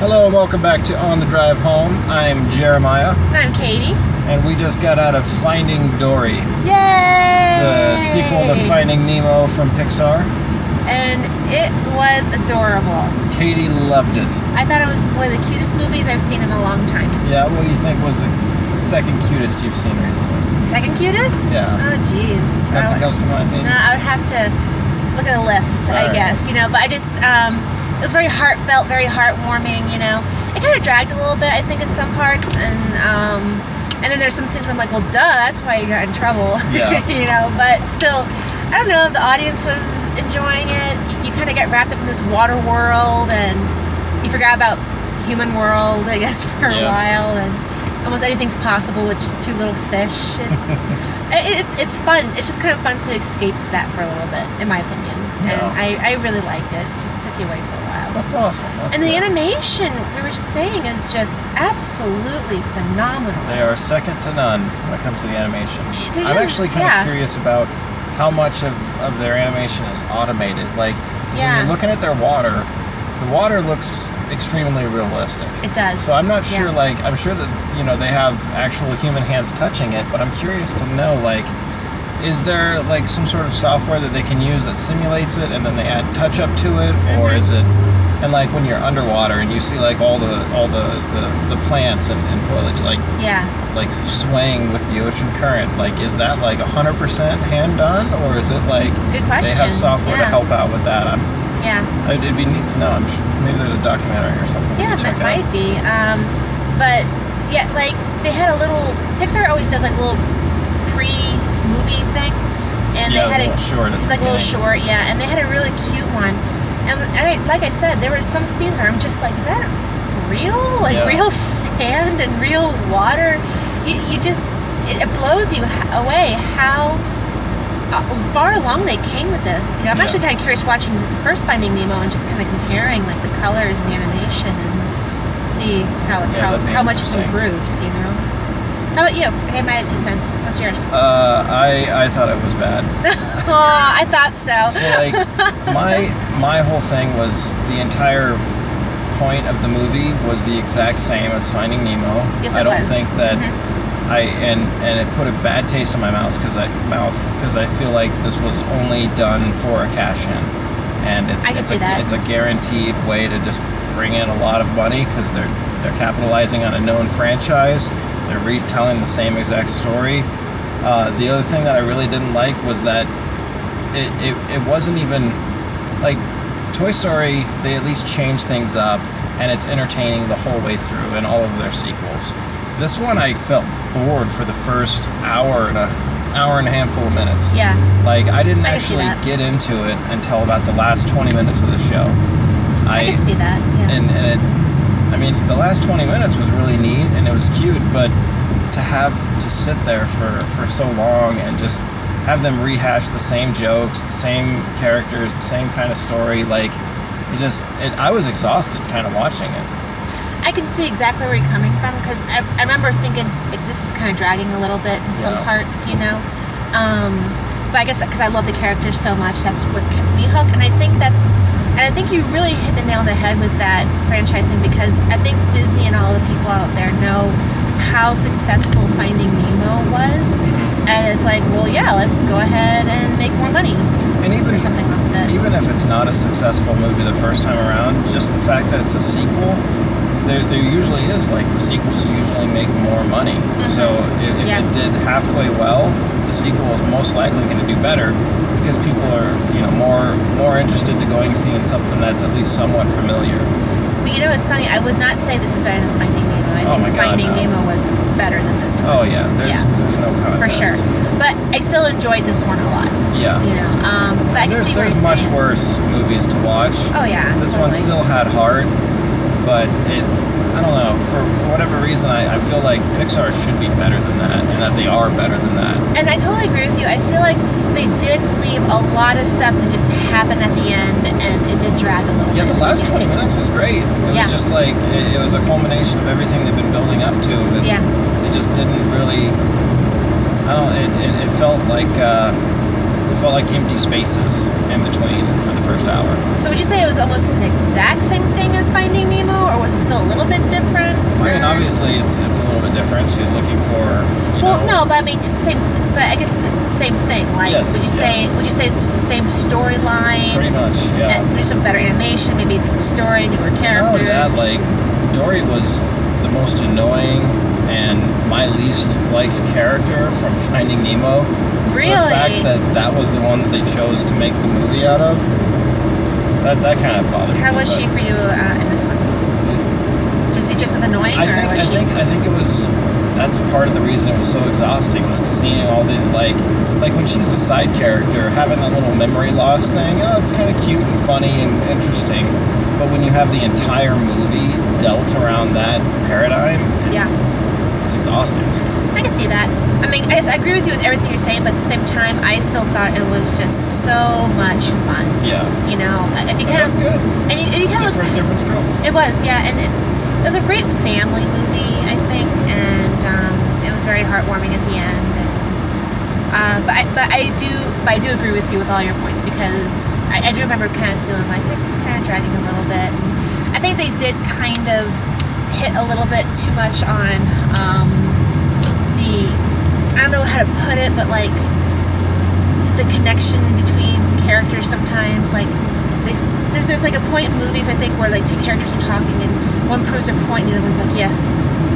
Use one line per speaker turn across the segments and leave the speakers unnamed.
Hello and welcome back to On the Drive Home. I'm Jeremiah,
And I'm Katie.
and we just got out of Finding Dory,
Yay!
the sequel to Finding Nemo from Pixar.
And it was adorable.
Katie loved it.
I thought it was one of the cutest movies I've seen in a long time.
Yeah, what do you think was the second cutest you've seen recently?
Second cutest?
Yeah.
Oh, jeez.
Nothing comes to mind, maybe?
No, Uh, I would have to look at the list, I
Alright.
guess, you know. But I just, um, it was very heartfelt, very heartwarming, you know. It kind of dragged a little bit, I think, in some parts, and um, and then there's some scenes where I'm like, well, duh, that's why you got in trouble,
Yeah.
you know. But still, I don't know. The audience was enjoying it. You, you kind of get wrapped up in this water world, and you forgot about human world, I guess, for a
Yeah.
while, and almost anything's possible with just two little fish. It's it- it's it's fun. It's just kind of fun to escape to that for a little bit, in my opinion.
Yeah.
And I, I really liked it. Just took you away for a while.
That's awesome. That's
and the
good.
animation we were just saying is just absolutely phenomenal.
They are second to none when it comes to the animation.
They're
I'm
just-
actually kind of
yeah.
curious about how much of, of their animation is automated. Like, when
Yeah.
you're looking at their water, the water looks extremely realistic.
It does.
So I'm not sure,
Yeah.
like, I'm sure that, you know, they have actual human hands touching it, but I'm curious to know, like, is there, like, some sort of software that they can use that simulates it and then they add touch up to it? Or
Mhm.
is it. And like when you're underwater and you see like all the all the, the, the plants and, and foliage, like
yeah.
like swaying with the ocean current like is that like 100% hand done or is it like
Good
they
question.
have software
yeah.
to help out with that I'm,
Yeah.
it'd be neat to know I'm sure, maybe there's a documentary or something we
Yeah,
can check
it
out.
might be. Um, but yeah, like they had a little Pixar always does like little pre-movie thing, and
yeah,
they had
a
a
little short at the
like a little
beginning.
short, yeah. And they had a really cute one. And I, like I said, there were some scenes where I'm just like, is that real? Like
Yeah.
real sand and real water? You, you just, it, it blows you h- away how uh, far along they came with this. You know, I'm
Yeah.
actually kind of curious watching this first Finding Nemo and just kind of comparing like the colors and the animation and see how it,
Yeah,
how,
that'd be
how much it's
interesting.
improved. You know. How about you? Okay, my two cents. What's yours?
uh, I, I thought it was bad
Aw, I thought so.
So like my my whole thing was the entire point of the movie was the exact same as Finding Nemo.
Yes,
I
it
don't
was.
think that
Mhm.
I and and it put a bad taste in my mouth because I mouth because I feel like this was only done for a cash in. And it's
I can
it's
see
a,
that.
it's a guaranteed way to just bring in a lot of money because they're they're capitalizing on a known franchise. They're retelling the same exact story. Uh, the other thing that I really didn't like was that it, it, it wasn't even like Toy Story, they at least change things up and it's entertaining the whole way through in all of their sequels. This one I felt bored for the first hour and a hour and a handful of minutes.
yeah.
Like I didn't
I can see
actually
that.
get into it until about the last 20 minutes of the show.
I can see that. Yeah.
and, and it, I mean, the last 20 minutes was really neat and it was cute, but to have to sit there for, for so long and just have them rehash the same jokes, the same characters, the same kind of story, like it just, it, I was exhausted kind of watching it.
I can see exactly where you're coming from because I, I remember thinking like, this is kind of dragging a little bit in some
Yeah.
parts, you know. Um, but I guess because I love the characters so much, that's what kept me hooked. And I think that's, and I think you really hit the nail on the head with that franchising because I think Disney and all the people out there know how successful Finding Nemo was,
Mm-hmm.
and it's like, well, yeah, let's go ahead and make more money
And even
or something like that.
even if it's not a successful movie the first time around, just the fact that it's a sequel, there, there usually is like the sequels usually make more money. So if, if
Mm-hmm. Yeah.
it did halfway well, the sequel is most likely going to do better because people are you know more more interested to going and seeing something that's at least somewhat familiar.
But you know, it's funny. I would not say this is better than Finding Nemo. I
Oh
think
my God,
Finding
no.
Nemo was better than this one
Oh yeah, there's,
Yeah.
there's no
for
contest
sure. But I still enjoyed this one a lot.
Yeah.
You know, um, but I can
there's
see where
there's
you're
much
saying.
worse movies to watch.
Oh yeah,
This one
totally.
still had heart, but it, I don't know, for, for whatever reason, I, I feel like Pixar should be better than that, and that they are better than that.
And I totally agree with you. I feel like s- they did leave a lot of stuff to just happen at the end, and it did drag a little
Yeah,
bit.
the last 20 minutes was great. It
Yeah.
was just like, it, it was a culmination of everything they've been building up to, and
Yeah.
it just didn't really, I don't know, it, it, it felt like, uh, They felt like empty spaces in between for the first hour.
So would you say it was almost an exact same thing as Finding Nemo, or was it still a little bit different?
I mean,
or-
obviously, it's it's a little bit different. She's looking for. You
Well,
know,
no, but I mean, it's the same. But I guess it's the same thing. Like,
Yes,
would you
yeah.
say would you say it's just the same storyline?
Pretty much, yeah.
Uh, There's a better animation, maybe a different story, newer
Not
characters.
only that, like Dory was the most annoying and my least liked character from Finding Nemo. So the fact
Really?
that that was the one that they chose to make the movie out of, that, that kind of bothers me.
How was
but
she for you uh, in this one? Was he just as annoying,
I
or
think
was
I
she?
think I think it was that's part of the reason it was so exhausting was seeing all these like like when she's a side character having that little memory loss thing oh it's kind of cute and funny and interesting but when you have the entire movie dealt around that paradigm
yeah.
it's exhausting
I can see that. I mean, I, I agree with you with everything you're saying, but at the same time, I still thought it was just so much fun.
yeah
You know, if
And
you kind
that's
of
good
and you, and you kind of
different different stroke
it was yeah, and it, it was a great family movie, I think, and um, it was very heartwarming at the end. And, uh, but I, but I do but I do agree with you with all your points because I, I do remember kind of feeling like this is kind of dragging a little bit. I think they did kind of hit a little bit too much on um, the I don't know how to put it, but like the connection between characters sometimes like they, there's there's like a point in movies I think where like two characters are talking and one proves their point and the other one's like yes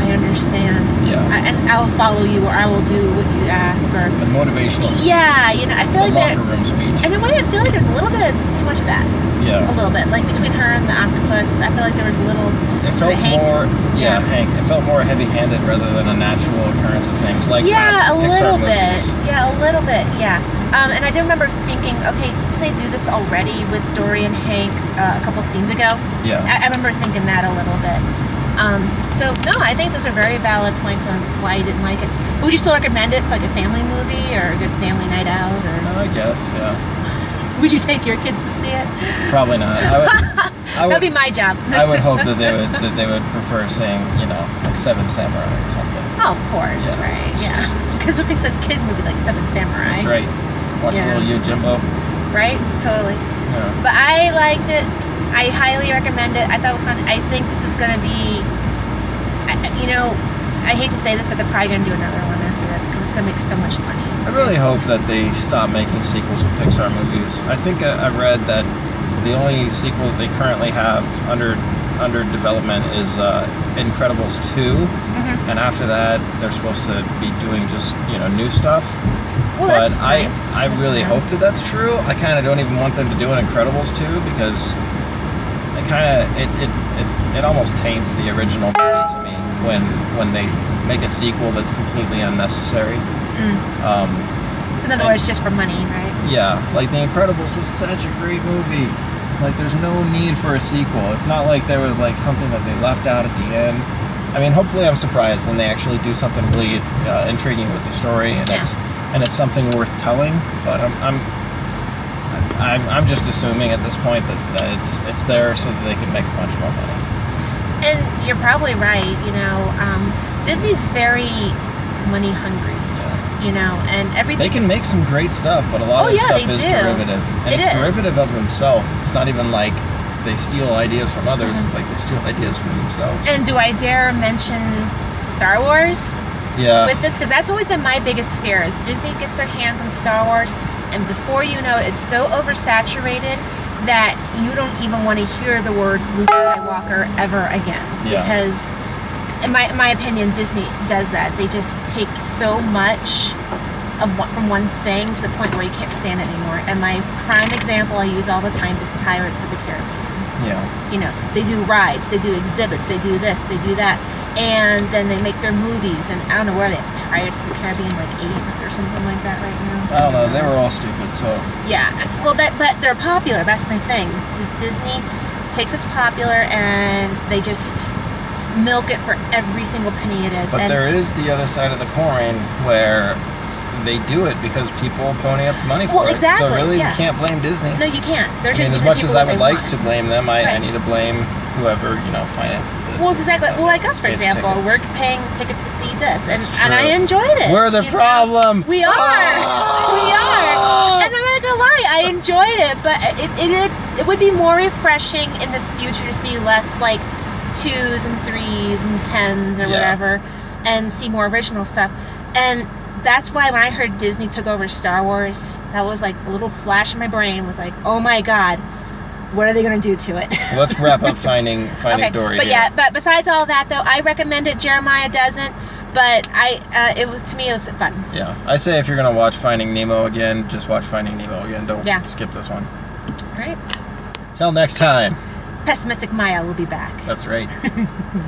I understand
yeah
I, and I'll follow you or I will do what you ask or
the motivational
yeah you know I feel
the
like
locker
that
room speech
in a way I feel like there's a little bit too much of that a
yeah
little bit like between her and the octopus I feel like there was a little
it felt
was it Hank?
more yeah,
Yeah.
Hank it felt more heavy handed rather than a natural occurrence of things like
yeah,
past
a
Pixar
little
movies.
bit. Yeah, a little bit. Yeah. Um, and I do remember thinking, okay, didn't they do this already with Dory and Hank uh, a couple scenes ago?
yeah
I, I remember thinking that a little bit. Um, so no, I think those are very valid points on why you didn't like it. But would you still recommend it for like a family movie or a good family night out, or
I guess, yeah.
would you take your kids to see it?
Probably not. I would, I would,
That'd be my job.
I would hope that they would that they would prefer seeing, you know, like Seven Samurai or something.
Oh, of course,
Yeah.
right? Yeah, because nothing says kid movie like Seven Samurai,
That's right. Watch
Yeah.
a little Yojimbo.
right? Totally.
Yeah.
But I liked it. I highly recommend it. I thought it was fun. I think this is going to be, I- I- you know, I hate to say this, but they're probably going to do another one after this because it's going to make so much money.
I really hope that they stop making sequels with Pixar movies. I think I, I read that the only sequel that they currently have under under development is uh, Incredibles two,
Mm-hmm.
and after that they're supposed to be doing just you know new stuff.
Well,
but
that's
I,
nice.
I
Nice to
really
know.
hope that that's true. I kind of don't even want them to do an Incredibles 2 because it kind of it, it, it, it almost taints the original movie to me when when they make a sequel that's completely unnecessary.
Mm.
Um,
So in other
And-
words, just for money, right?
yeah, like The Incredibles was such a great movie. Like there's no need for a sequel. It's not like there was like something that they left out at the end. I mean, hopefully I'm surprised and they actually do something really uh, intriguing with the story and
Yeah.
it's and it's something worth telling. But I'm I'm I'm, I'm just assuming at this point that, that it's it's there so that they can make a bunch more money.
And you're probably right. You know, um, Disney's very money hungry.
Yeah.
You know, and everything.
They can make some great stuff, but a lot
Oh,
of their
yeah,
stuff
they
is
do.
derivative, and
It
it's
is.
derivative of themselves. It's not even like they steal ideas from others.
Mhm.
It's like they steal ideas from themselves.
and do I dare mention Star Wars?
Yeah.
with this because that's always been my biggest fear is disney gets their hands on star wars and before you know it it's so oversaturated that you don't even want to hear the words luke skywalker ever again
Yeah.
because in my, in my opinion disney does that they just take so much of one, from one thing to the point where you can't stand it anymore and my prime example i use all the time is pirates of the caribbean
yeah.
you know they do rides they do exhibits they do this they do that and then they make their movies and i don't know where they have pirates of the caribbean like eight or something like that right now
I don't know. They were all stupid. So
yeah it's- well that but they're popular that's the thing just disney takes what's popular and they just milk it for every single penny it is
But
and
there is the other side of the coin where they do it because people pony up money for
Well,
it.
exactly,
So really,
yeah.
you can't blame Disney.
no you can't they're
I
just
mean, as
the
much as
people that
I would
they
like
want.
to blame them, I, I
Right.
need to blame whoever you know finances it.
Well, it's exactly.
So
Well, like us, for
pays the
example,
ticket.
we're paying tickets to see this, and,
It's
and
true.
I enjoyed it.
We're the
you know?
problem.
We are. We
Ah!
are. And I'm not gonna lie, I enjoyed it, but it, it, it, it would be more refreshing in the future to see less like twos and threes and tens or
Yeah.
whatever, and see more original stuff. And that's why when I heard Disney took over Star Wars, that was like a little flash in my brain was like, oh my god, what are they gonna do to it?
Let's wrap up finding finding Dory.
But
here.
yeah, but besides all that though, I recommend it. Jeremiah doesn't, but I uh, it was to me it was fun.
Yeah, I say if you're gonna watch Finding Nemo again, just watch Finding Nemo again. Don't
Yeah.
skip this one.
All right,
Till next time.
pessimistic Maya will be back.
That's right.